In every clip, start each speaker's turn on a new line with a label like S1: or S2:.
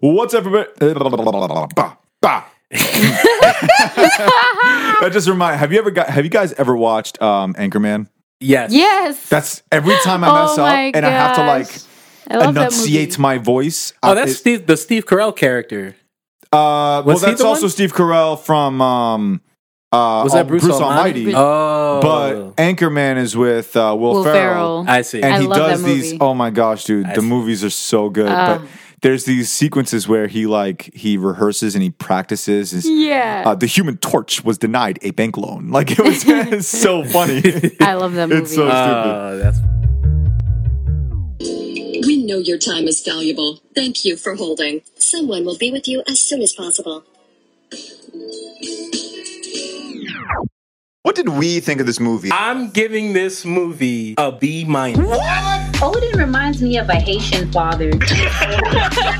S1: What's everybody? Bah, bah. that just remind. Have you ever got? Have you guys ever watched um, Anchorman?
S2: Yes.
S1: Uh,
S3: Yes.
S1: That's every time I
S3: Oh
S1: mess up
S3: my
S1: and I have to like
S3: gosh. I love that
S1: enunciate
S3: movie.
S1: my voice.
S2: Oh,
S1: I-
S2: that's
S1: it-
S2: Steve, the Steve Carell character.
S1: Uh, well,
S2: Was he
S1: that's
S2: the
S1: also
S2: one?
S1: Steve Carell from um, uh,
S2: Was that
S1: Al-
S2: Bruce
S1: Almighty.
S2: Almighty?
S3: Bruce-
S2: Oh,
S1: But Anchorman is with uh, Will,
S3: Will
S1: Ferrell.
S3: Ferrell.
S2: I see.
S1: And
S3: I
S1: he
S3: love
S1: does
S3: that
S1: these.
S3: movie.
S1: Oh my gosh, dude!
S2: I
S1: the
S2: see.
S1: movies are so good.
S3: Ah.
S1: but there's these sequences where he like he rehearses and he practices. His,
S3: Yeah.
S1: uh, the Human Torch was denied a bank loan. Like it was it's so funny.
S3: I love that movie.
S1: It's so
S4: Uh,
S1: stupid.
S2: Oh, that's
S5: We know your time is valuable. Thank you for holding.
S6: Someone will be with you as soon as possible.
S1: What did we think of this movie?
S2: I'm giving this movie a B minus.
S7: Odin reminds me of a Haitian father.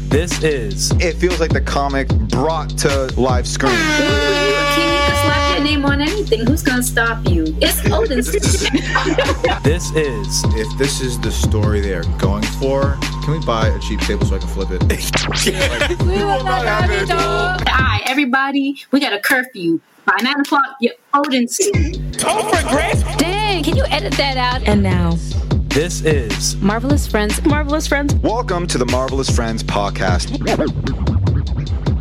S2: This is
S1: It feels like the comic brought to live screen.
S7: When you're a king, you can slap your name on anything. Who's gonna stop you? It's Odin's.
S2: this is
S4: If this is the story they are going for, can we buy a cheap table so I can flip it?
S3: We will not have it, dog.
S7: Hi, everybody. We got a curfew. By nine o'clock, you're Odin's.
S3: Dang, can you edit that out? And now,
S2: this is
S3: Marvelous Friends. Marvelous Friends.
S1: Welcome to the Marvelous Friends podcast.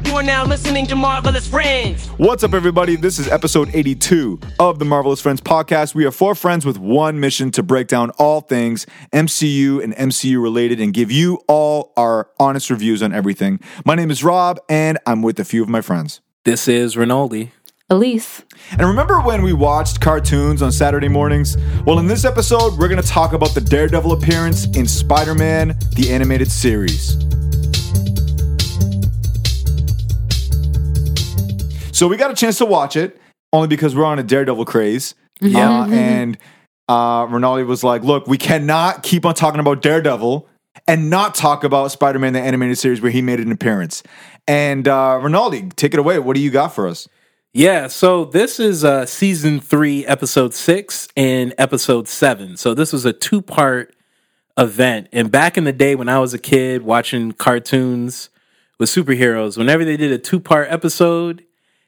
S8: You are now listening to Marvelous Friends.
S1: What's up, everybody? This is episode 82 of the Marvelous Friends podcast. We are four friends with one mission to break down all things MCU and MCU related and give you all our honest reviews on everything. My name is Rob, and I'm with a few of my friends.
S2: this is Rinaldi.
S3: Elise.
S1: And remember when we watched cartoons on Saturday mornings? Well, in this episode, we're going to talk about the Daredevil appearance in Spider Man, the animated series. So we got a chance to watch it, only because we're on a Daredevil craze. Yeah. and uh, Rinaldi was like, look, we cannot keep on talking about Daredevil and not talk about Spider Man, the animated series where he made an appearance. And uh, Rinaldi, take it away. What do you got for us?
S2: Yeah, so this is uh, season three, episode six, and episode seven. So this was a two part event. And back in the day when I was a kid watching cartoons with superheroes, whenever they did a two part episode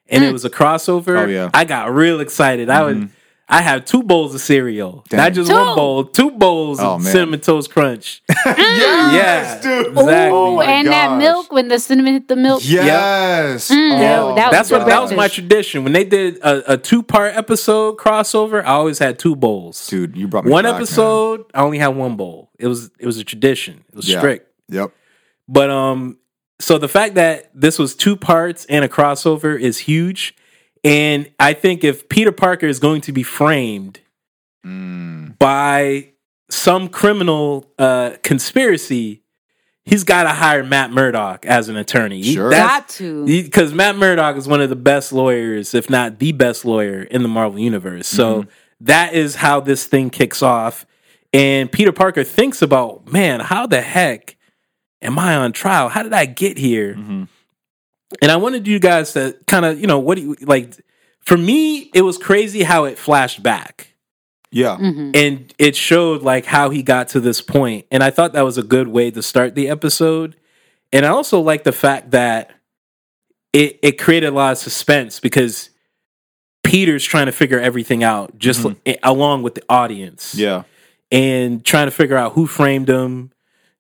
S2: and it was a crossover,
S1: Oh, yeah. Mm-hmm.
S2: I got real excited. I would. I have two bowls of cereal, not just
S3: Two?
S2: one bowl, two bowls
S1: Oh,
S2: of
S1: man.
S2: cinnamon toast crunch.
S1: Yes,
S2: yeah,
S1: dude. Oh,
S2: exactly.
S3: Ooh, and that
S1: gosh.
S3: milk when the cinnamon hit the milk.
S1: Yes.
S3: Yeah,
S1: Oh,
S3: Mm. that
S2: That's
S3: was
S2: what
S3: good
S2: that was my
S3: breakfast.
S2: tradition. When they did a, a two part episode crossover, I always had two bowls.
S1: dude, you brought me
S2: one
S1: back, man.
S2: episode, I only had one bowl. It was it was a tradition. It was
S1: Yeah.
S2: strict.
S1: Yep.
S2: But um, so the fact that this was two parts and a crossover is huge. And I think if Peter Parker is going to be framed
S1: Mm.
S2: by some criminal uh, conspiracy, he's got to hire Matt Murdock as an attorney. He-
S1: Sure.
S2: that's-
S3: Got to.
S2: because Matt Murdock is one of the best lawyers, if not the best lawyer in the Marvel universe. So that is how this thing kicks off. And Peter Parker thinks about, man, how the heck am I on trial? How did I get here? And I wanted you guys to kind of, you know, what do you like? For me, it was crazy how it flashed back
S1: Yeah.
S3: Mm-hmm.
S2: and it showed like how he got to this point and i thought that was a good way to start the episode and i also like the fact that it it created a lot of suspense because peter's trying to figure everything out just like, along with the audience
S1: Mm-hmm. Yeah.
S2: and trying to figure out who framed him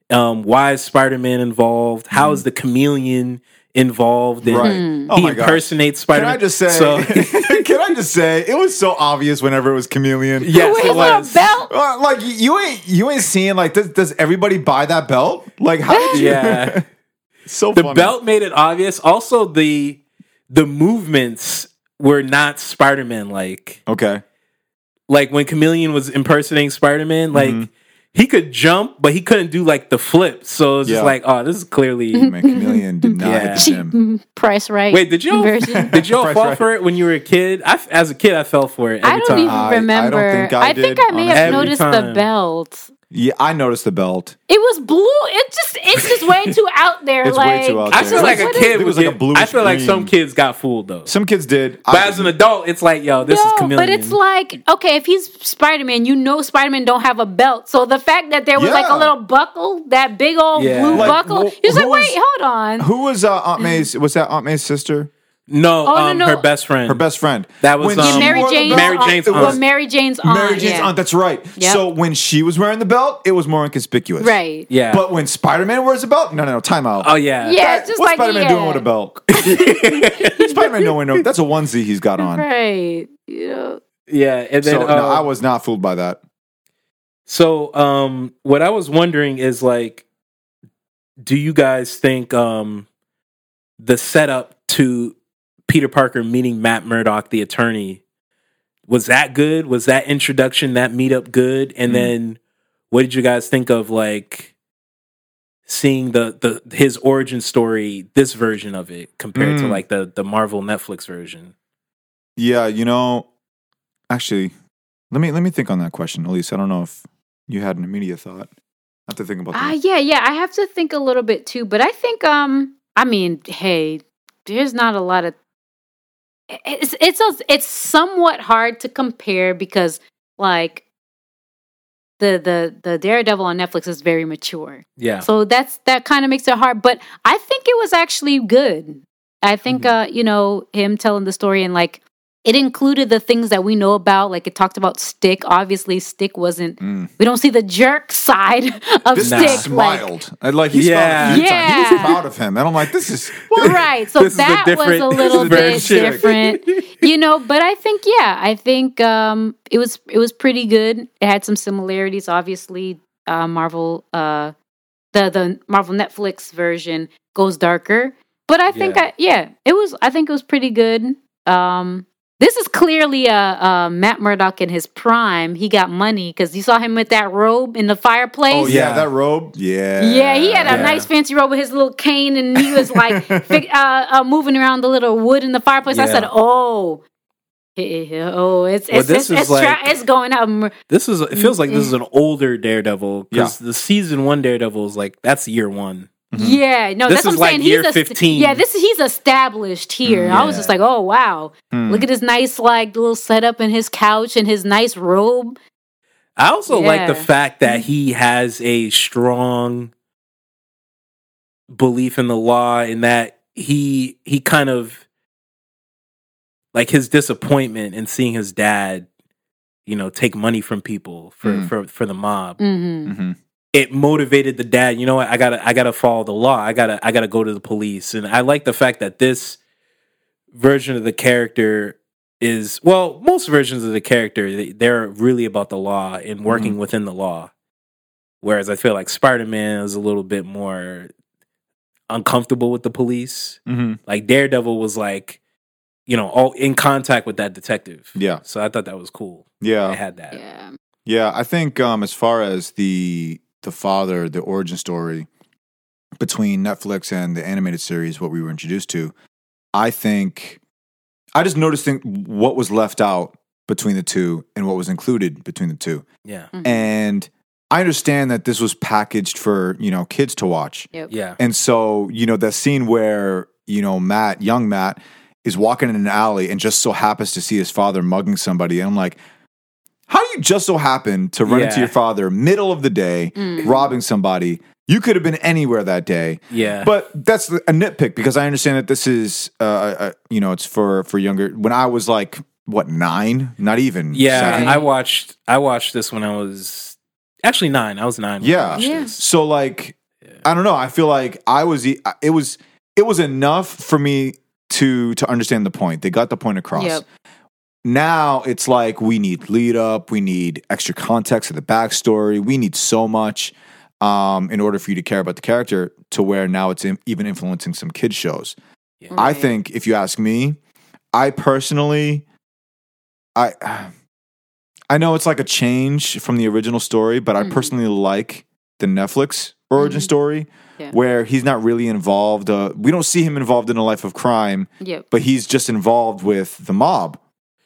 S2: um why is spider-man involved how is the chameleon involved and
S1: Mm-hmm. Right. Mm. Oh
S2: he
S1: my gosh.
S2: impersonates
S1: Can
S2: spider-man
S1: I just say?
S2: So-
S1: can I just say? It was so obvious whenever it was chameleon.
S2: Yes,
S3: Wait, for
S2: it
S3: a
S2: was.
S3: belt?
S1: Uh, Like you ain't you ain't seeing like does, does everybody buy that belt? Like how did you?
S2: yeah
S1: So
S2: the
S1: funny.
S2: belt made it obvious. Also, the the movements were not Spider Man like.
S1: Okay.
S2: Like when Chameleon was impersonating Spider Man, like
S1: Mm-hmm.
S2: he could jump, but he couldn't do like the flip. So it was
S1: Yeah.
S2: just like, oh, this is clearly.
S1: Man, chameleon did not
S2: Yeah.
S1: hit the gym.
S3: Price right.
S2: Wait, did you
S3: Version.
S2: did y'all
S1: Price
S2: fall
S1: right.
S2: for it when you were a kid? I, as a kid, I fell for it. Every
S3: I don't
S2: time.
S3: even
S1: I- I don't
S3: remember.
S1: think I
S3: think I
S1: did,
S3: may have
S2: honestly.
S3: noticed
S2: Every
S3: the
S2: time.
S3: belt.
S1: Yeah, I noticed the belt.
S9: It was blue. It just it's just way too out there.
S1: It's
S9: like
S1: way too out
S2: I
S1: there.
S2: feel like a
S9: What is-
S2: kid
S1: It
S2: was
S1: was like a
S2: get-
S1: bluish
S2: I feel like some
S1: green.
S2: kids got fooled though.
S1: Some kids did.
S2: But
S1: I-
S2: as an adult, it's like, yo, this is
S9: no,
S2: chameleon.
S9: but it's like okay, if he's Spider Man, you know Spider Man don't have a belt. So the fact that there was like
S1: Yeah.
S9: a little buckle, that big old
S2: Yeah.
S9: blue
S2: Like,
S9: buckle,
S1: wh-
S9: he's like,
S1: who
S9: wait,
S1: is-
S9: hold on.
S1: who was uh, Aunt May's? Was that Aunt May's sister?
S2: no,
S9: Oh, no,
S2: um,
S9: no.
S2: her best friend.
S1: Her best friend.
S2: That was,
S1: When
S2: um,
S1: she
S9: yeah, Mary
S1: wore the
S9: Jane's
S1: belt,
S2: Mary
S9: aunt.
S2: Jane's
S1: it
S2: aunt.
S1: was-
S9: Well, Mary Jane's aunt.
S1: Mary Jane's
S9: yeah.
S1: aunt. That's right.
S9: Yep.
S1: So when she was wearing the belt, it was more inconspicuous.
S9: Right.
S2: Yeah.
S1: But when Spider Man wears a belt, no, no, no, time out.
S2: oh yeah.
S9: Yeah.
S1: That-
S9: it's just
S1: what's
S9: like,
S1: Spider Man
S9: yeah.
S1: doing with a belt? Spider Man, no one knows. That's a onesie he's got on.
S9: Right. Yeah.
S2: Yeah. And then
S1: So no,
S2: uh,
S1: I was not fooled by that.
S2: So, um, what I was wondering is like, do you guys think um, the setup to Peter Parker meeting Matt Murdock, the attorney, was that good? Was that introduction, that meetup good? And then, what did you guys think of like seeing the the his origin story, this version of it compared to
S1: Mm.
S2: like the the Marvel Netflix version?
S1: Yeah, you know, actually, let me let me think on that question, Elise. I don't know if you had an immediate thought. I have to think about
S9: Ah,
S1: that.
S9: yeah, yeah. I have to think a little bit too, but I think um, I mean, hey, there's not a lot of. It's it's a, it's somewhat hard to compare because like the the the Daredevil on Netflix is very mature,
S2: Yeah.
S9: so that's that kind of makes it hard. But I think it was actually good. I think
S1: Mm-hmm.
S9: uh, you know him telling the story and like it included the things that we know about. Like it talked about Stick. Obviously, Stick wasn't.
S1: Mm.
S9: We don't see the jerk side of
S1: This
S2: Nah.
S9: Stick.
S1: dude smiled. I- like he
S2: Yeah.
S1: smiled. a few times. He
S9: Yeah.
S1: was proud of him, and I'm like, this is
S9: Like, right. So
S2: This is a
S9: that was
S2: different-
S9: a
S2: this
S9: little
S2: is very
S9: bit
S2: chick.
S9: different, you know. But I think, yeah, I think um, it was it was pretty good. It had some similarities, obviously. Uh, Marvel, uh, the the Marvel Netflix version goes darker, but I think,
S2: Yeah.
S9: I, yeah, it was. I think it was pretty good. Um, this is clearly uh, uh, Matt Murdock in his prime. He got money because you saw him with that robe in the fireplace.
S1: Oh yeah,
S2: Yeah.
S1: that robe. Yeah.
S9: Yeah, he had a
S2: Yeah.
S9: nice fancy robe with his little cane, and he was like fi- uh, uh, moving around the little wood in the fireplace. I
S2: Yeah.
S9: said, "Oh, eh, eh, oh, it's
S2: Well,
S9: it's
S2: this
S9: it's,
S2: is
S9: it's, tra-
S2: like-
S9: it's going up." Mm,
S2: This is it feels like this is an older Daredevil because the season one Daredevil is like that's year one.
S9: Yeah, no,
S2: Mm-hmm. This
S9: that's what
S2: is
S9: I'm
S2: like
S9: saying.
S2: year
S9: he's a,
S2: 15.
S9: Yeah, this he's established here.
S2: Yeah.
S9: I was
S2: Mm.
S9: just like, "Oh wow,
S1: Hmm.
S9: look at his nice like little setup and his couch and his nice robe."
S2: I also like the
S9: Yeah.
S2: fact that he has a strong belief in the law and that he he kind of like his disappointment in seeing his dad, you know, take money from people for
S1: Mm.
S2: for, for the mob.
S9: hmm
S1: Mhm.
S2: It motivated the dad, you know what, I gotta I gotta follow the law. I gotta I gotta go to the police. And I like the fact that this version of the character is well, most versions of the character they- they're really about the law
S1: Mm-hmm.
S2: and working within the law. Whereas I feel like Spider Man is a little bit more uncomfortable with the police.
S1: Mhm.
S2: Like Daredevil was like, you know, all in contact with that detective.
S1: Yeah.
S2: So I thought that was cool. I
S1: Yeah.
S2: had that.
S9: Yeah,
S1: Yeah. I think um, as far as the the father, the origin story between Netflix and the animated series, what we were introduced to, I think I just noticed think, what was left out between the two and what was included between the two.
S2: Yeah.
S1: And I understand that this was packaged for, you know, kids to watch.
S9: yep.
S2: Yeah.
S1: And so, you know, that scene where, you know, Matt, young Matt, is walking in an alley and just so happens to see his father mugging somebody. And I'm like, how do you just so happen to run into
S2: Yeah.
S1: your father middle of the day robbing somebody? You could have been anywhere that day.
S2: Yeah.
S1: But that's a nitpick because I understand that this is, uh, uh, you know, it's for for younger. When I was like, what nine? Not even.
S2: Yeah,
S1: seven?
S2: I watched I watched this when I was actually nine. I was nine. when I
S1: Yeah.
S2: watched
S9: Yeah.
S2: this.
S1: So like, I don't know. I feel like I was. e- It was. It was enough for me to to understand the point. They got the point across.
S9: Yep.
S1: Now it's like we need lead up. We need extra context of the backstory. We need so much um, in order for you to care about the character. To where now it's in, even influencing some kids shows. I
S9: Right.
S1: think if you ask me, I personally, I, I know it's like a change from the original story, but I
S9: Mhm.
S1: personally like the Netflix origin
S9: Mhm.
S1: story
S9: Yeah.
S1: where he's not really involved. Uh, we don't see him involved in a life of crime,
S9: Yep.
S1: but he's just involved with the mob,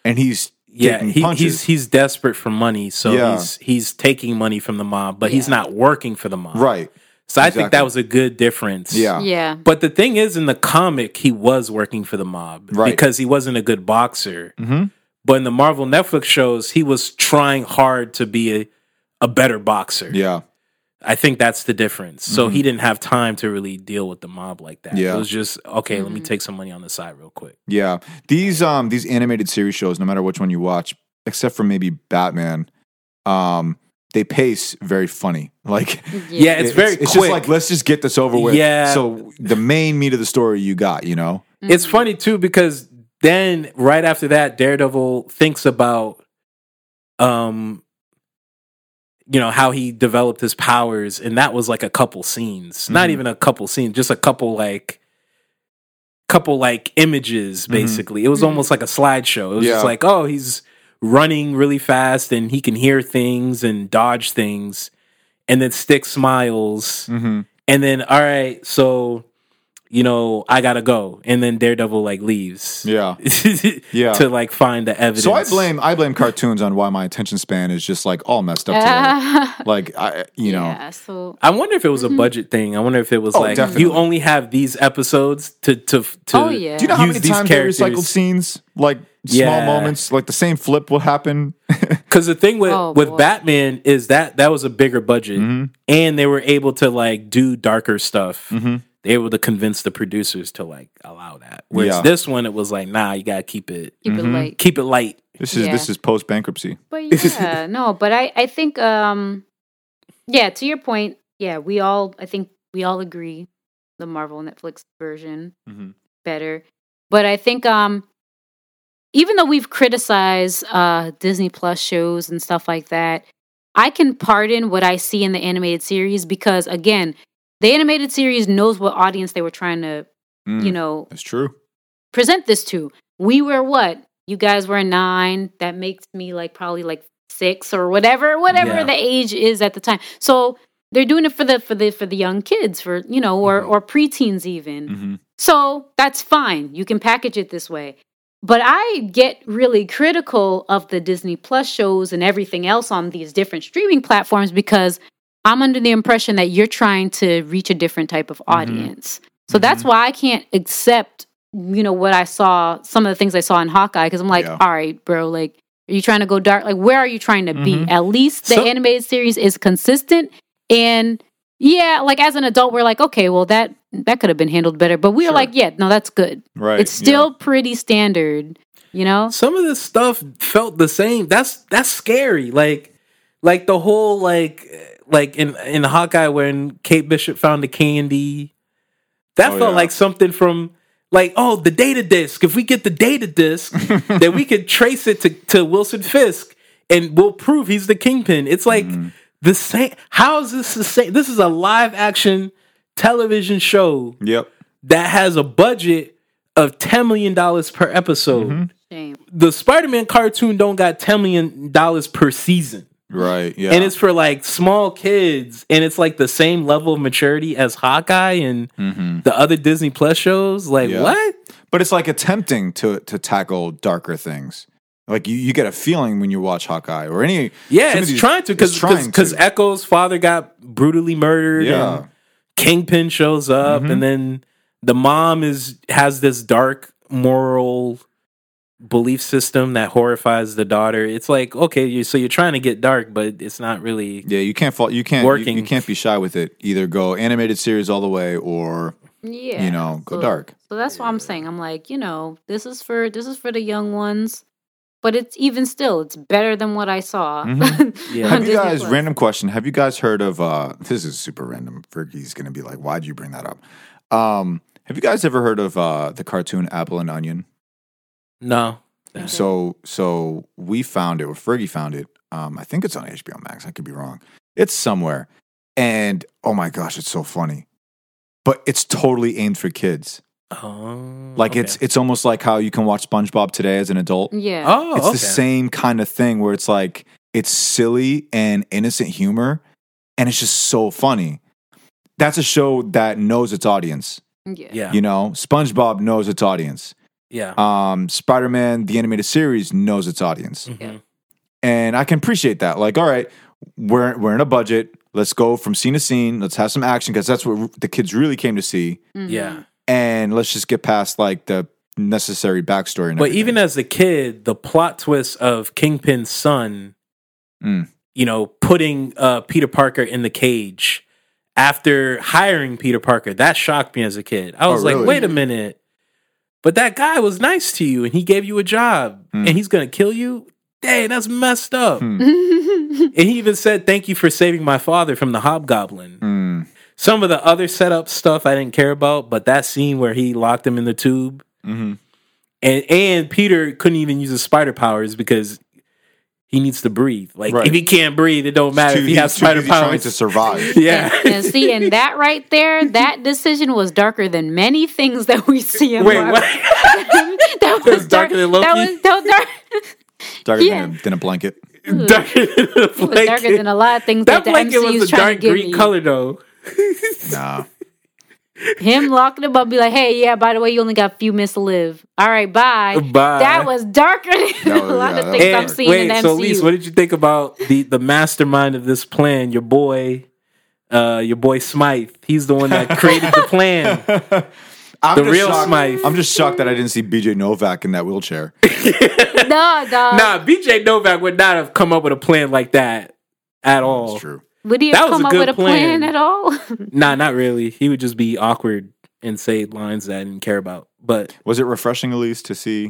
S1: and he's
S2: yeah,
S1: taking
S2: he,
S1: punches.
S2: he's he's desperate for money, so
S1: Yeah.
S2: he's he's taking money from the mob, but he's not working for the mob.
S1: right.
S2: So I think that
S1: exactly.
S2: was a good difference.
S1: Yeah.
S9: Yeah.
S2: But the thing is, in the comic, he was working for the mob
S1: Right.
S2: because he wasn't a good boxer.
S1: Mhm.
S2: But in the Marvel Netflix shows, he was trying hard to be a, a better boxer.
S1: Yeah.
S2: I think that's the difference. So he didn't have time to really deal with the mob like that.
S1: Yeah.
S2: It was just okay. Let me take some money on the side real quick.
S1: Yeah. These um these animated series shows, no matter which one you watch, except for maybe Batman, um, they pace very funny. Like
S2: Yeah, it's very
S1: it's
S2: quick.
S1: just like let's just get this over with.
S2: Yeah.
S1: So the main meat of the story you got, you know?
S2: It's
S9: Mm-hmm.
S2: funny too because then right after that, Daredevil thinks about, um, you know how he developed his powers, and that was like a couple scenes, not even a couple scenes, just a couple like, couple like images. Basically, it was almost like a slideshow. It was just
S1: Yeah.
S2: like, oh, he's running really fast, and he can hear things and dodge things, and then Stick smiles
S1: Mm-hmm.
S2: and then all right so you know i gotta go and then daredevil like leaves
S1: Yeah.
S2: yeah to like find the evidence
S1: So I blame I blame cartoons on why my attention span is just like all messed up today. like I you know.
S9: Yeah, so
S2: i wonder if it
S9: Mm-hmm.
S2: was a budget thing i wonder if it was
S1: Oh,
S2: like
S1: definitely.
S2: you only have these episodes to to to
S9: Oh, yeah.
S1: Do you know how
S2: use
S1: many
S2: these
S1: times they recycled
S2: characters.
S1: scenes? Like
S2: Yeah.
S1: small moments, like the same flip will happen.
S2: Because the thing with
S9: Oh,
S2: with
S9: boy.
S2: Batman is that that was a bigger budget,
S1: Mm-hmm.
S2: and they were able to like do darker stuff.
S1: Mm-hmm.
S2: They were able to convince the producers to like allow that. Whereas
S1: Yeah.
S2: this one, it was like, nah, you gotta keep it
S9: keep it light.
S2: keep it light.
S1: This is
S9: Yeah.
S1: this is post bankruptcy.
S9: But yeah, no, but I, I think um yeah, to your point, yeah, we all I think we all agree the Marvel Netflix version
S2: Mm-hmm.
S1: Mhm.
S9: better. But I think um even though we've criticized uh Disney Plus shows and stuff like that, I can pardon what I see in the animated series because again, the animated series knows what audience they were trying to, you know,
S1: Mm. That's true.
S9: present this to. We were what? You guys were nine. That makes me like probably like six or whatever, whatever
S2: Yeah.
S9: the age is at the time. So they're doing it for the for the for the young kids, for you know, or or preteens even.
S2: Mm-hmm.
S1: Mhm.
S9: So that's fine. You can package it this way. But I get really critical of the Disney Plus shows and everything else on these different streaming platforms because I'm under the impression that you're trying to reach a different type of audience. So that's why I can't accept, you know, what I saw, some of the things I saw in Hawkeye, because I'm like,
S1: Yeah.
S9: all right, bro, like, are you trying to go dark? Like, where are you trying to be? At least the
S2: So-
S9: animated series is consistent and yeah, like as an adult, we're like, okay, well that that could have been handled better, but we were like, yeah, no, that's good.
S1: Right.
S9: It's still pretty standard, you know.
S2: some of this stuff felt the same. That's that's scary. Like like the whole like like in in Hawkeye when Kate Bishop found the candy. That
S1: Oh,
S2: felt
S1: yeah.
S2: like something from like oh the data disk. If we get the data disk, then we could trace it to to Wilson Fisk and we'll prove he's the kingpin. It's like
S1: Mm-hmm.
S2: the same. How is this the same? This is a live action television show
S1: yeah. Yep.
S2: that has a budget of ten million dollars per episode
S1: Mm-hmm.
S9: Shame.
S2: the Spider-Man cartoon don't got ten million dollars per season,
S1: Right. Yeah.
S2: and it's for like small kids, and it's like the same level of maturity as Hawkeye and the other Disney Plus shows. Like
S1: Mm-hmm. Yeah.
S2: what?
S1: but it's like attempting to to tackle darker things. Like you, you get a feeling when you watch Hawkeye or any.
S2: Yeah,
S1: some of
S2: it's
S1: these-
S2: trying to
S1: it's
S2: because
S1: trying
S2: because
S1: to.
S2: Echo's father got brutally murdered.
S1: Yeah. Mm-hmm.
S2: and Kingpin shows up, and then the mom is has this dark moral belief system that horrifies the daughter. It's like okay, you so you're trying to get dark, but it's not really.
S1: yeah, you can't fault. You can't.
S2: Working.
S1: You, you can't be shy with it. Either go animated series all the way, or
S9: Yeah,
S1: you know, go
S9: so-
S1: dark.
S9: So that's what I'm saying. I'm like, you know, this is for this is for the young ones, but it's even still, it's better than what I saw.
S2: Yeah.
S9: on
S1: Have you
S9: Disney
S1: guys?
S9: Plus.
S1: Random question. Have you guys heard of? uh This is super random. Fergie's gonna be like, "Why'd you bring that up?" Um Have you guys ever heard of uh the cartoon Apple and Onion?
S2: No,
S1: So so we found it, or Fergie found it. Um, I think it's on HBO Max. I could be wrong. It's somewhere. And oh my gosh, it's so funny. But it's totally aimed for kids.
S2: Oh,
S1: Like
S2: okay.
S1: it's it's almost like how you can watch SpongeBob today as an adult.
S9: Yeah.
S2: oh,
S1: it's
S2: okay.
S1: the same kind of thing where it's like it's silly and innocent humor, and it's just so funny. That's a show that knows its audience.
S9: yeah.
S2: Yeah,
S1: You know, SpongeBob knows its audience.
S2: Yeah.
S1: um, Spider Man, the animated series, knows its audience.
S2: Yeah.
S1: And I can appreciate that. Like, all right, we're, we're in a budget. Let's go from scene to scene. Let's have some action because that's what the kids really came to see.
S9: Mm-hmm.
S2: Yeah.
S1: And let's just get past like the necessary backstory. And
S2: But
S1: everything.
S2: even as a kid, the plot twist of Kingpin's son,
S1: Mm.
S2: you know, putting uh, Peter Parker in the cage after hiring Peter Parker, that shocked me as a kid. I
S1: Oh,
S2: was
S1: really?
S2: like, wait a minute. But that guy was nice to you and he gave you a job
S1: Mm.
S2: and he's going to kill you? Dang, that's messed up.
S1: Hmm.
S9: Mhm.
S2: And he even said, thank you for saving my father from the hobgoblin.
S1: Mm,
S2: Some of the other setup stuff I didn't care about, but that scene where he locked him in the tube
S1: mhm.
S2: and and Peter couldn't even use his spider powers because he needs to breathe. Like
S1: Right.
S2: if he can't breathe, it don't matter
S1: Too-
S2: if he has
S1: he's too
S2: spider
S1: busy trying
S2: powers.
S1: to survive.
S2: yeah.
S9: and see, and that right there, that decision was darker than many things that we see in
S2: Wait,
S9: Marvel.
S2: what?
S9: that
S2: was darker than Loki?
S9: That was, that was dark,
S1: Darker
S9: Yeah.
S1: than, a, than a blanket.
S2: darker than the
S9: it was darker than
S2: blanket.
S9: a lot of things
S2: That
S9: that, the
S2: blanket
S9: MCU
S2: was
S9: was
S2: the
S9: trying
S2: dark
S9: to give
S2: green
S9: me.
S2: color though.
S1: Nah.
S9: Him locking him up, be like, "Hey, yeah, by the way, you only got a few minutes to live. All right, bye."
S2: Bye.
S9: That was darker than
S1: That
S9: a
S1: was-
S9: lot
S1: yeah,
S9: of
S1: that
S9: things
S1: was
S9: I'm
S1: dark.
S9: seeing in
S2: wait,
S9: the MCU.
S2: so Elise, what did you think about the the mastermind of this plan? Your boy, uh, your boy Smythe. He's the one that created the plan.
S1: I'm
S2: The
S1: just
S2: real
S1: shocked-
S2: Smythe.
S1: I'm just shocked that I didn't see BJ Novak in that wheelchair.
S9: no, dog.
S2: Nah, BJ Novak would not have come up with a plan like that at all.
S1: That's true.
S9: Would he
S2: That
S9: have
S2: was
S9: come
S2: a
S9: up
S2: good
S9: with a plan
S2: plan.
S9: at all?
S2: Nah, not really. He would just be awkward and say lines that I didn't care about. But
S1: Was it refreshing, Elise, to see?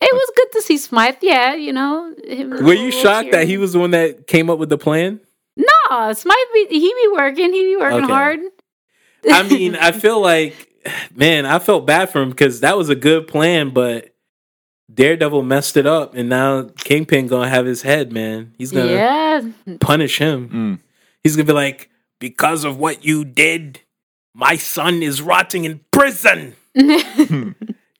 S9: It was good to see Smythe. Yeah, you know. Him
S2: were you shocked that he was the one that came up with the plan?
S9: No, Smythe. Be, he be working. He be working
S2: Okay.
S9: hard.
S2: I mean, I feel like, man, I felt bad for him because that was a good plan, but Daredevil messed it up, and now Kingpin gonna have his head, man. He's gonna
S9: yeah.
S2: punish him.
S1: Mm.
S2: He's gonna be like, because of what you did, my son is rotting in prison.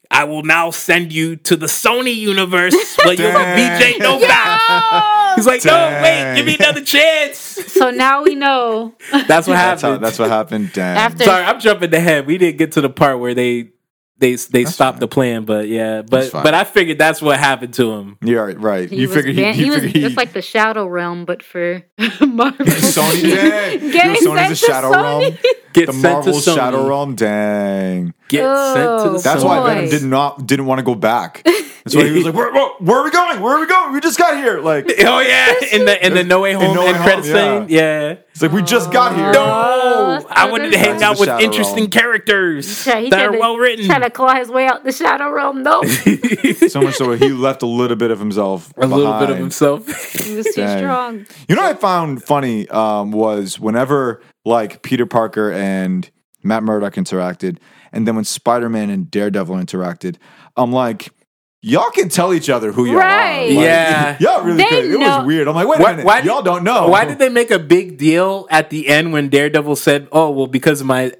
S2: I will now send you to the Sony universe where you're
S1: Dang.
S2: BJ Novak. He's like, no, wait,
S1: Dang.
S2: give me another chance.
S9: so now we know.
S2: That's what
S1: That's,
S2: happened.
S1: how, that's what happened. Damn.
S9: After-
S2: Sorry, I'm jumping ahead. We didn't get to the part where they they they stopped the plan, but yeah, but
S1: That's fine.
S2: but I figured that's what happened to him.
S1: You're right. right.
S9: He
S1: you
S9: was
S1: figured he,
S9: ban-
S1: you
S9: was
S1: figured he,
S9: just like the Shadow Realm, but for Marvel.
S1: Sony dang.
S9: Getting
S1: Yo, Sony's
S9: sent
S1: a
S9: to
S1: shadow
S9: Sony.
S1: realm.
S2: Get
S1: The
S2: sent
S1: Marvel
S2: to Sony.
S1: Shadow Realm. Dang.
S2: Get sent to
S9: Oh,
S2: the
S1: That's
S2: Sony.
S1: why
S9: Boy.
S1: Venom did not didn't want to go back. That's why he was like, where, where, where are we going? Where are we going? We just got here. Like
S2: Oh yeah, in the in the No Way Home
S1: No Way
S2: end credits
S1: Home,
S2: thing. Yeah.
S1: it's like we just got here.
S2: No,
S9: Oh, that's
S2: I
S9: what
S2: wanted
S9: they're
S2: to hang
S1: saying.
S2: out
S1: The
S2: with
S1: Shadow
S2: interesting
S1: Realm.
S2: characters
S9: Yeah, he
S2: that
S9: tried
S2: are
S9: to-
S2: well written.
S9: Trying to claw his way out the Shadow Realm. No, he
S1: So much so he left a little bit of himself.
S2: A little bit of
S1: behind.
S2: himself.
S9: was too
S1: Dang.
S9: strong.
S1: You know what I found funny um, was whenever like Peter Parker and Matt Murdock interacted, and then when Spider Man and Daredevil interacted, I'm like, y'all can tell each other who y'all
S9: Right.
S1: are. Like,
S2: Yeah.
S1: y'all really
S9: They
S1: could. It
S9: know-
S1: was weird. I'm like, wait
S2: Why-
S1: a minute,
S2: why did-
S1: y'all don't know.
S2: Why did they make a big deal at the end when Daredevil said, "Oh, well, because of my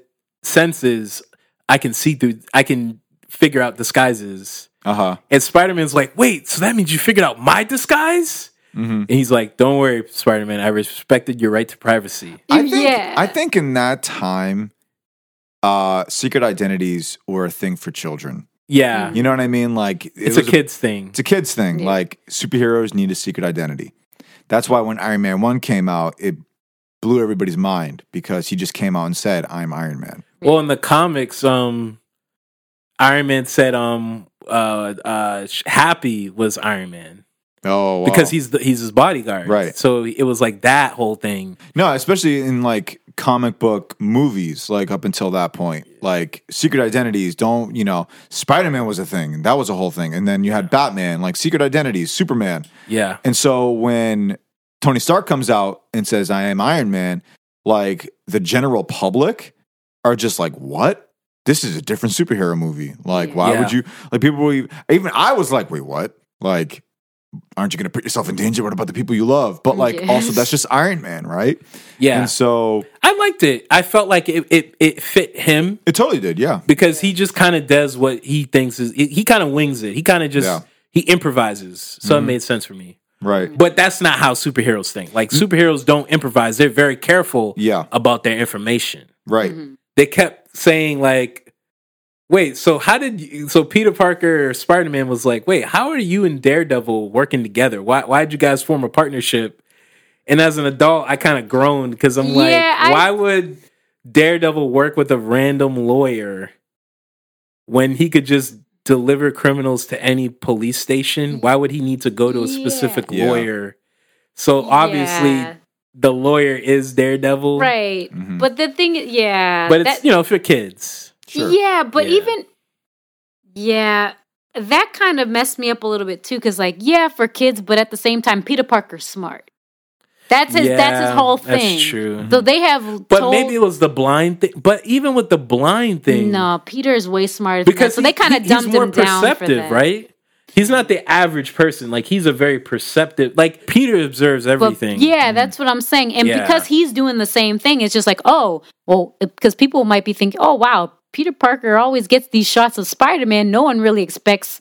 S2: senses, I can see through, I can figure out disguises."
S1: Uh huh.
S2: And Spider Man's like, "Wait, so that means you figured out my disguise?"
S1: Mm-hmm.
S2: And he's like, "Don't worry, Spider Man. I respected your right to privacy."
S1: I think,
S9: yeah,
S1: I think in that time, uh, secret identities were a thing for children.
S2: Yeah,
S1: You know what I mean? Like Mm-hmm. it
S2: it's a
S1: was
S2: kids thing.
S1: It's a kids thing.
S9: Yeah.
S1: Like superheroes need a secret identity. That's why when Iron Man 1 came out, it blew everybody's mind because he just came out and said, I'm Iron Man.
S2: Well, in the comics, um, Iron Man said, "Um, uh, uh, Happy was Iron Man."
S1: Oh, wow.
S2: Because he's the, he's his bodyguard,
S1: Right.
S2: So it was like that whole thing.
S1: No, especially in like comic book movies, like up until that point, like secret identities don't, you know, Spider Man was a thing. That was a whole thing. And then you had Batman, like secret identities, Superman.
S2: Yeah,
S1: And so when Tony Stark comes out and says, I am Iron Man, like the general public are just like, what? This is a different superhero movie. Like, why
S2: Yeah.
S1: would you? Like, people were even, even I was like, wait, what? Like, aren't you going to put yourself in danger? What about the people you love? But like,
S9: Yes.
S1: also, that's just Iron Man, right?
S2: yeah.
S1: And so
S2: I liked it. I felt like it it, it fit him
S1: it totally did. Yeah.
S2: because he just kind of does what he thinks is he kind of wings it. He kind of just
S1: Yeah. Mm-hmm.
S2: he improvises. So it made sense for me.
S1: Right.
S2: But that's not how superheroes think. Like superheroes don't improvise. They're very careful
S1: Mm-hmm. Yeah.
S9: Mm-hmm.
S2: about their information.
S1: Right.
S2: They kept saying like Wait, so how did you, so Peter Parker Spider Man was like, wait, how are you and Daredevil working together? Why why did you guys form a partnership? And as an adult, I kind of groaned because I'm like,
S9: Yeah, I-
S2: why would Daredevil work with a random lawyer when he could just deliver criminals to any police station? Why would he need to go to a specific
S1: Yeah. Yeah.
S2: lawyer? So obviously,
S9: Yeah.
S2: the lawyer is Daredevil,
S9: right.
S1: Mhm.
S9: But the thing, is- yeah,
S2: But it's
S9: that-
S2: you know for kids.
S9: Yeah, but
S2: Yeah.
S9: even yeah, that kind of messed me up a little bit too. Because like, yeah, for kids, but at the same time, Peter Parker's smart. That's his. that's his
S2: Yeah,
S9: whole
S2: that's
S9: thing.
S2: true.
S9: So they have.
S2: But
S9: told-
S2: maybe it was the blind thing. But even with the blind thing,
S9: no. Peter is way smarter. Than that,
S2: because
S9: so they
S2: he-
S9: kind
S2: he-
S9: of dumbed
S2: he's more
S9: him down for
S2: perceptive,
S9: that.
S2: right? He's not the average person. Like he's a very perceptive. Like Peter observes
S9: But
S2: everything. Mm-hmm.
S9: yeah, that's what I'm saying. And
S2: Yeah.
S9: because he's doing the same thing, it's just like, oh, well, because people might be thinking, oh, wow, Peter Parker always gets these shots of Spider Man. No one really expects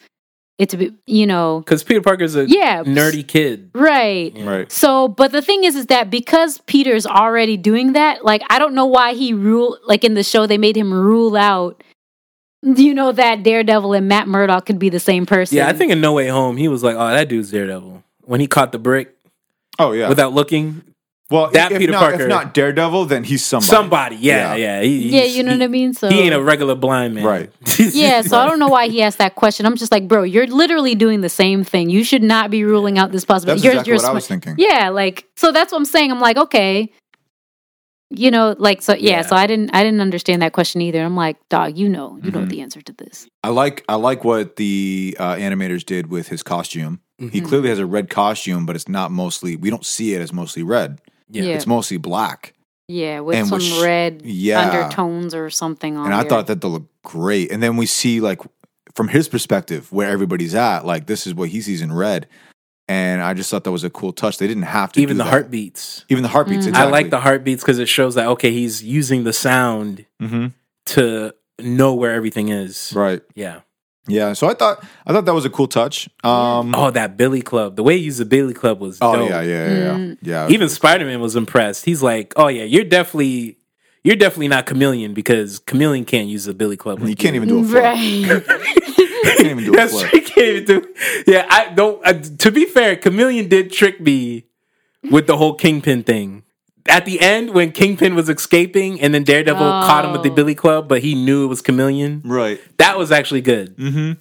S9: it to be, you know,
S2: because Peter Parker's a
S9: Yeah.
S2: nerdy kid.
S9: right.
S1: Right.
S9: So, but the thing is, is that because Peter's already doing that, like I don't know why he rule like in the show they made him rule out. You know that Daredevil and Matt Murdock could be the same person.
S2: Yeah, I think in No Way Home he was like, "Oh, that dude's Daredevil." When he caught the brick
S1: Oh yeah.
S2: without looking,
S1: well,
S2: that
S1: if,
S2: Peter
S1: not,
S2: Parker-
S1: if not Daredevil, then he's somebody.
S2: somebody. Yeah, yeah,
S1: Yeah.
S2: he-
S9: Yeah,
S2: he's-
S9: you know
S2: he-
S9: what I mean. So
S2: He ain't a regular blind man,
S1: Right.
S9: yeah, so I don't know why he asked that question. I'm just like, bro, you're literally doing the same thing. You should not be ruling out this possibility.
S1: That's exactly
S9: you're, you're
S1: what I
S9: sma-
S1: was thinking.
S9: Yeah, like so that's what I'm saying. I'm like, okay, you know, like so yeah,
S2: Yeah.
S9: So I didn't I didn't understand that question either. I'm like, dog, you know, you know
S1: Mm-hmm.
S9: the answer to this.
S1: I like I like what the uh, animators did with his costume. He
S9: Mm-hmm.
S1: clearly has a red costume, but it's not mostly. We don't see it as mostly red.
S2: Yeah.
S9: yeah,
S1: It's mostly black.
S9: yeah, with
S1: and
S9: some
S1: which-
S9: red
S1: yeah.
S9: undertones or something on.
S1: and I
S9: there.
S1: thought that they looked great. And then we see like from his perspective where everybody's at. Like this is what he sees in red, and I just thought that was a cool touch. They didn't have to
S2: even
S1: do
S2: the
S1: that.
S2: heartbeats.
S1: Even the heartbeats.
S9: Mm.
S1: Exactly.
S2: I like the heartbeats because it shows that okay, he's using the sound
S1: Mhm.
S2: to know where everything is.
S1: Mm-hmm. Right.
S2: Yeah.
S1: Yeah. So I thought I thought that was a cool touch. Um.
S2: Oh, that Billy Club. The way he used the Billy Club was
S1: Oh
S2: dope.
S1: yeah, yeah, yeah, yeah.
S9: Mm.
S1: yeah.
S2: Even Spider Man was impressed. He's like, "Oh yeah, you're definitely, you're definitely not Chameleon because Chameleon can't use the Billy Club.
S1: you
S2: like
S1: can't even do a flip.
S9: Mm. right.
S1: You can't even do a
S2: That's
S1: flip.
S2: he can't even do. Yeah, I don't. I, to be fair, Chameleon did trick me with the whole Kingpin thing. At the end, when Kingpin was escaping, and then Daredevil caught him with the
S9: Oh.
S2: Billy Club, but he knew it was Chameleon.
S1: Right.
S2: That was actually good.
S1: Mm-hmm.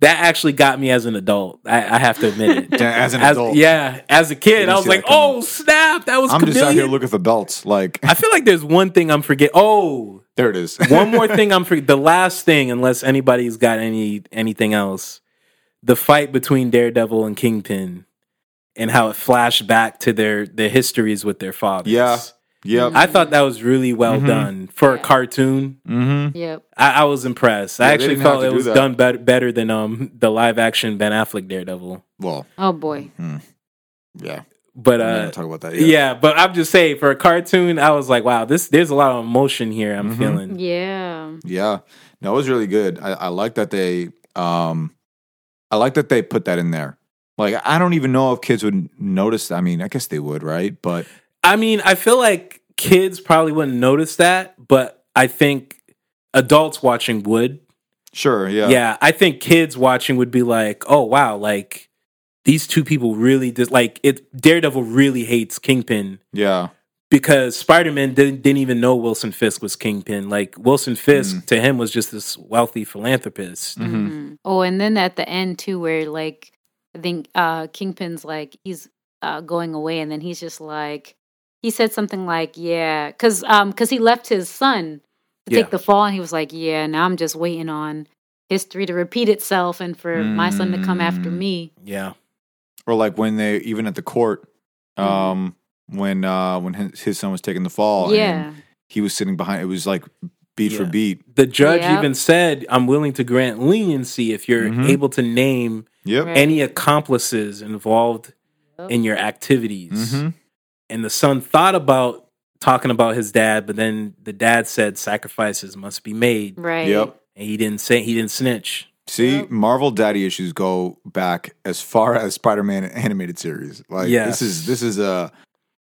S2: That actually got me as an adult. I, I have to admit it.
S1: As an adult,
S2: yeah, as a kid,
S1: didn't
S2: I was
S1: see
S2: like,
S1: that coming.
S2: "Oh snap, that was
S1: I'm just out here
S2: Chameleon."
S1: looking for belts. Like
S2: I feel like there's one thing I'm forget. Oh,
S1: there it is.
S2: one more thing I'm forget. The last thing, unless anybody's got any anything else, the fight between Daredevil and Kingpin, and how it flashed back to their their histories with their fathers.
S1: Yeah. Mm-hmm. yep.
S2: I thought that was really well done for a cartoon.
S1: Mm-hmm.
S9: yep.
S2: I, I was impressed.
S1: Yeah,
S2: I
S1: they
S2: actually
S1: didn't have
S2: felt
S1: to
S2: it
S1: do
S2: was
S1: that.
S2: done better better than um the live action Ben Affleck Daredevil.
S1: Well,
S9: Oh boy.
S1: yeah.
S2: But
S1: I'm not
S2: uh,
S1: gonna talk about that.
S2: yeah.
S1: Yet.
S2: but I'm just saying for a cartoon, I was like, wow, this there's a lot of emotion here. I'm
S1: Mhm.
S2: feeling.
S9: Yeah.
S1: Yeah. No, it was really good. I, I like that they um I like that they put that in there. Like I don't even know if kids would notice. I mean, I guess they would, right? But
S2: I mean, I feel like kids probably wouldn't notice that, but I think adults watching would.
S1: sure, yeah.
S2: Yeah. I think kids watching would be like, oh wow, like these two people really dis- like it. Daredevil really hates Kingpin
S1: Yeah.
S2: because Spider Man didn't, didn't even know Wilson Fisk was Kingpin. Like Wilson Fisk to him was just this wealthy philanthropist.
S1: Mhm.
S9: Mhm. Oh, and then at the end too, where like I think uh Kingpin's like he's uh going away, and then he's just like he said something like, "Yeah," because um because he left his son to
S2: Yeah.
S9: take the fall, and he was like, "Yeah, now I'm just waiting on history to repeat itself, and for my son to come after
S1: Mm.
S9: me."
S2: Yeah,
S1: Or like when they even at the court
S2: Mm.
S1: um when uh when his, his son was taking the fall
S9: yeah,
S1: and he was sitting behind it was like beat for
S2: Yeah.
S1: beat.
S2: the judge
S9: Yep.
S2: even said, "I'm willing to grant leniency if you're
S1: Mhm.
S2: able to name."
S1: Yep.
S9: Right.
S2: any accomplices involved in your activities.
S1: Mhm.
S2: And the son thought about talking about his dad, but then the dad said sacrifices must be made,
S9: right.
S1: Yep.
S2: and he didn't say he didn't snitch.
S1: See, Marvel daddy issues go back as far as Spider-Man animated series. Like
S2: Yes.
S1: this is this is a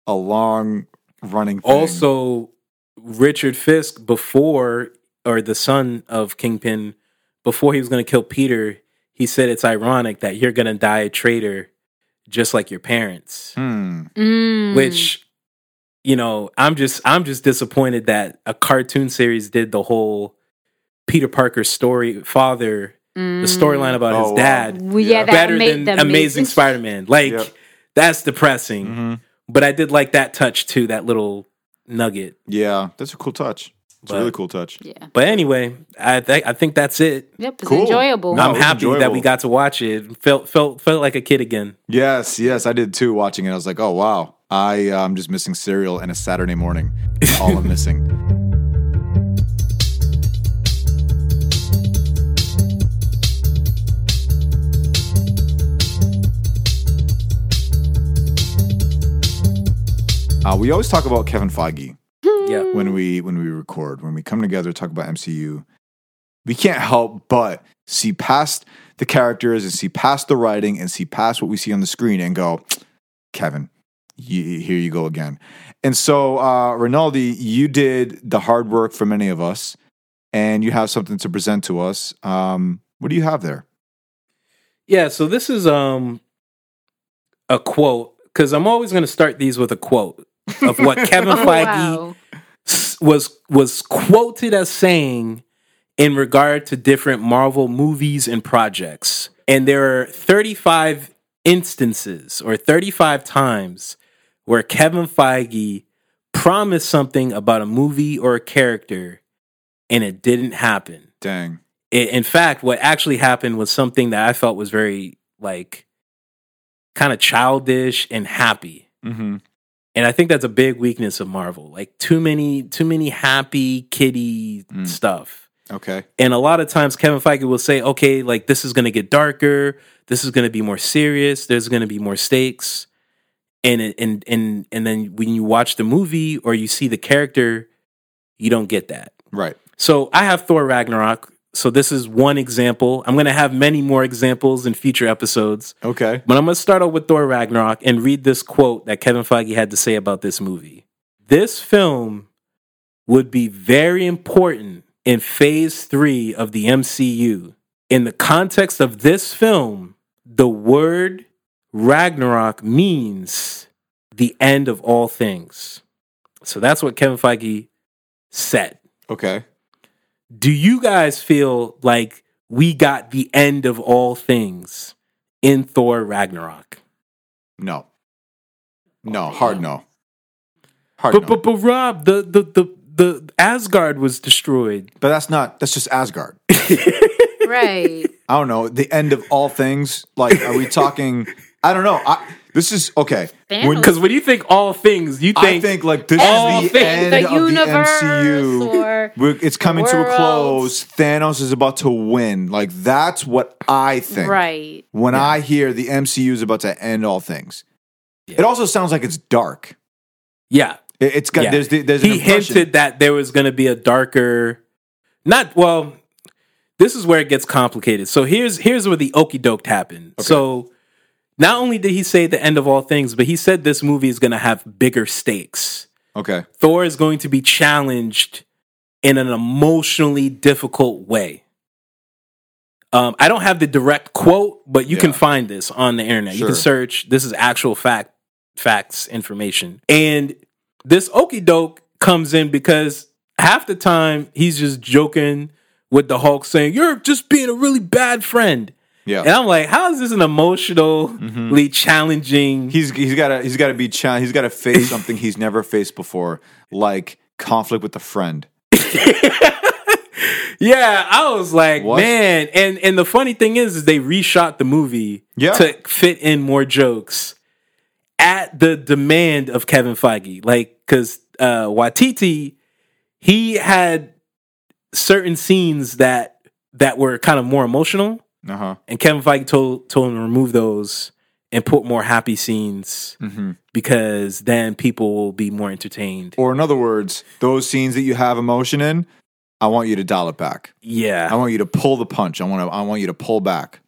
S1: a long running thing.
S2: Also, Richard Fisk before or the son of Kingpin, before he was going to kill Peter, he said it's ironic that you're going to die a traitor, just like your parents.
S1: Hmm.
S9: Mm.
S2: Which, you know, I'm just I'm just disappointed that a cartoon series did the whole Peter Parker story, father, the storyline about
S1: Oh,
S2: his
S1: wow.
S2: dad,
S9: Well, yeah,
S1: Yeah.
S9: Hmm. that
S2: better
S9: made
S2: than
S9: the
S2: Amazing, Spider Man. Like
S1: Yep.
S2: that's depressing.
S1: Mhm.
S2: But I did like that touch too, that little nugget.
S1: Yeah, that's a cool touch. It's
S2: But-
S1: a really cool touch.
S9: Yeah.
S2: But anyway, I th- I think that's it.
S9: Yep. It's
S1: Cool.
S9: enjoyable.
S1: No.
S2: I'm
S1: it was
S2: happy that
S1: enjoyable.
S2: we got to watch it. Felt felt felt like a kid again.
S1: Yes, yes, I did too. Watching it, I was like, oh wow, I uh, I'm just missing cereal and a Saturday morning. That's all I'm missing. Uh, we always talk about Kevin Feige
S2: Yeah.
S1: when we when we record when we come together to talk about MCU. We can't help but see past the characters and see past the writing and see past what we see on the screen and go, Kevin, you, here you go again. And so, uh, Rinaldi, you did the hard work for many of us, and you have something to present to us. Um, what do you have there?
S2: Yeah, so this is um a quote cuz I'm always going to start these with a quote of what Kevin
S9: Oh,
S2: Feige
S9: wow.
S2: s- was was quoted as saying in regard to different Marvel movies and projects. And there are 35 instances or 35 times where Kevin Feige promised something about a movie or a character and it didn't happen.
S1: Dang.
S2: I- in fact, what actually happened was something that I felt was very like kind of childish and happy
S1: Mm-hmm.
S2: and I think that's a big weakness of Marvel. Like too many, too many happy kitty
S1: Mm.
S2: stuff.
S1: Okay.
S2: And a lot of times, Kevin Feige will say, "Okay, like this is going to get darker. This is going to be more serious. There's going to be more stakes." And it- and and and then when you watch the movie or you see the character, you don't get that.
S1: Right.
S2: So I have Thor Ragnarok. So this is one example. I'm going to have many more examples in future episodes.
S1: Okay.
S2: But I'm going to start out with Thor Ragnarok and read this quote that Kevin Feige had to say about this movie. This film would be very important in phase three of the MCU. In the context of this film, the word Ragnarok means the end of all things. So that's what Kevin Feige said.
S1: Okay.
S2: Do you guys feel like we got the end of all things in Thor Ragnarok?
S1: No. No. Hard no. Hard
S2: But
S1: no.
S2: but but Rob, the the the the Asgard was destroyed.
S1: But that's not. That's just Asgard.
S9: right.
S1: I don't know, the end of all things. Like, are we talking? I don't know. I, this is okay. When,
S2: Because when you think all things, you
S1: I
S2: think,
S1: think like this
S2: all
S1: is the end
S2: things.
S9: The
S1: of
S9: Oh, universe
S1: the MCU.
S9: or
S1: We're, it's coming to a
S9: world.
S1: close. Thanos is about to win. Like that's what I think.
S9: Right.
S1: When I hear the MCU is about to end all things, it also sounds like it's dark.
S2: yeah,
S1: It, has got
S2: yeah.
S1: there's the, there's an
S2: he
S1: impression.
S2: hinted that there was going to be a darker, not well. This is where it gets complicated. So here's here's where the okey doke happened. So not only did he say the end of all things, but he said this movie is going to have bigger stakes.
S1: Okay.
S2: Thor is going to be challenged in an emotionally difficult way. Um, I don't have the direct quote, but you can
S1: Yeah.
S2: find this on the internet. You
S1: Sure.
S2: can search. This is actual fact, facts, information, and this okey doke comes in because half the time he's just joking with the Hulk, saying "You're just being a really bad friend,"
S1: Yeah. Mm-hmm.
S2: and I'm like, "How is this an emotionally challenging?"
S1: He's he's got to he's got to be challenged. He's got to face something he's never faced before, like conflict with a friend.
S2: Yeah, I was like,
S1: What?
S2: man, and and the funny thing is, is they reshot the movie
S1: Yeah.
S2: to fit in more jokes at the demand of Kevin Feige, like because uh, Watiti he had certain scenes that that were kind of more emotional,
S1: Uh huh.
S2: and Kevin Feige told told him to remove those and put more happy scenes because then people will be more entertained.
S1: Or in other words, those scenes that you have emotion in, I want you to dial it back.
S2: Yeah,
S1: I want you to pull the punch. I want to. I want you to pull back.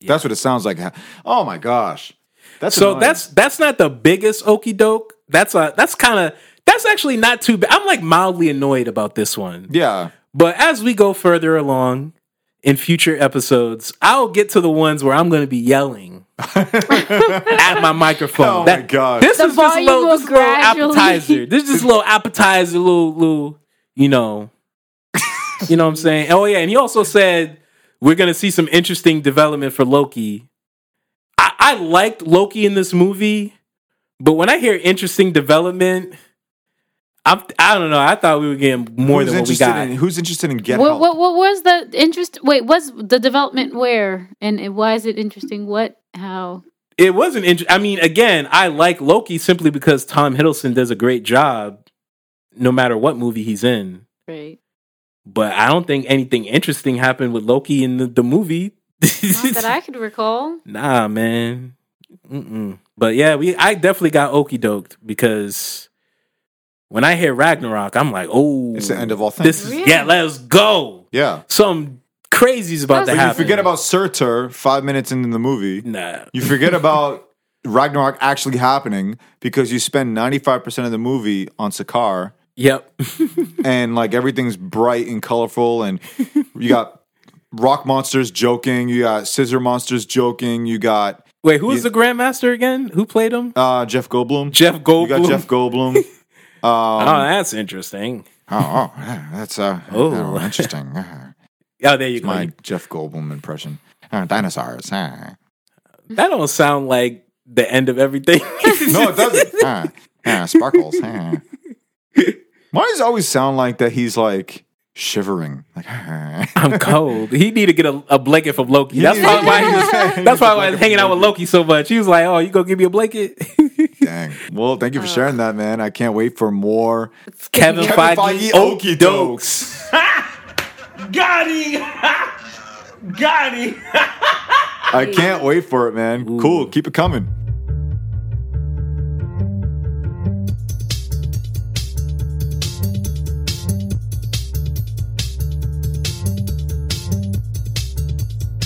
S1: That's what it sounds like. Oh my gosh, that's
S2: so
S1: annoying.
S2: that's that's not the biggest okey doke. That's a that's kind of that's actually not too bad. I'm like mildly annoyed about this one,
S1: yeah.
S2: But as we go further along in future episodes, I'll get to the ones where I'm going to be yelling at my microphone.
S1: Oh my God.
S2: This
S9: The
S2: is just a
S9: volume
S2: little,
S9: will
S2: this is a little
S9: gradually-
S2: appetizer. This is just a little appetizer, little little you know, you know what I'm saying. Oh yeah, and he also said we're going to see some interesting development for Loki. I, I liked Loki in this movie, but when I hear interesting development. I'm, I don't know. I thought we were getting more
S1: who's
S2: than what we
S1: interested
S2: got.
S1: In, who's interested in get
S9: What,
S1: help?
S9: what what was the interest? Wait, was the development where and, and why is it interesting? What how?
S2: it wasn't interesting. I mean, again, I like Loki simply because Tom Hiddleston does a great job no matter what movie he's in.
S9: Right.
S2: But I don't think anything interesting happened with Loki in the, the movie.
S9: Not that I could recall.
S2: nah, man. Mm-mm. But yeah, we I definitely got okey doked because when I hear Ragnarok, I'm like, oh,
S1: It's the end of all
S2: This
S1: things.
S2: is,
S9: Really?
S2: yeah, let's go.
S1: Yeah.
S2: Something crazy's about
S9: That's-
S2: to
S1: But you
S2: happen.
S1: forget about Surtur five minutes into the movie.
S2: nah.
S1: You forget about Ragnarok actually happening because you spend 95% of the movie on Sakaar
S2: Yep.
S1: and like everything's bright and colorful and you got rock monsters joking, you got scissor monsters joking, you got
S2: Wait, who was
S1: You-
S2: the Grandmaster again? Who played him?
S1: uh, Jeff Goldblum.
S2: Jeff
S1: You got
S2: Goldblum.
S1: Jeff Goldblum.
S2: oh,
S1: Um,
S2: that's interesting.
S1: oh, oh, yeah, that's uh,
S2: Oh.
S1: oh. interesting. Uh,
S2: Oh, there you go.
S1: My Jeff Goldblum impression. Uh, dinosaurs. uh.
S2: That don't sound like the end of everything.
S1: No, it doesn't. Ah, ah, sparkles. Ah. Mine does always sound like that he's like shivering. Like, ah.
S2: I'm cold. He need to get a, a blanket from Loki.
S1: He
S2: That's
S1: need-
S2: probably why he was, that's probably why I was
S1: Blanket
S2: hanging out
S1: from
S2: with Loki so much. He was like, "Oh, you gonna give me a blanket?"
S1: dang. Well, thank you for sharing that, man. I can't wait for more. Kevin
S2: Kevin, Feige,
S1: Feige,
S2: Okie
S1: okey
S2: dokes.
S8: Got him! Got him!
S1: I can't wait for it, man. Cool. Keep it coming.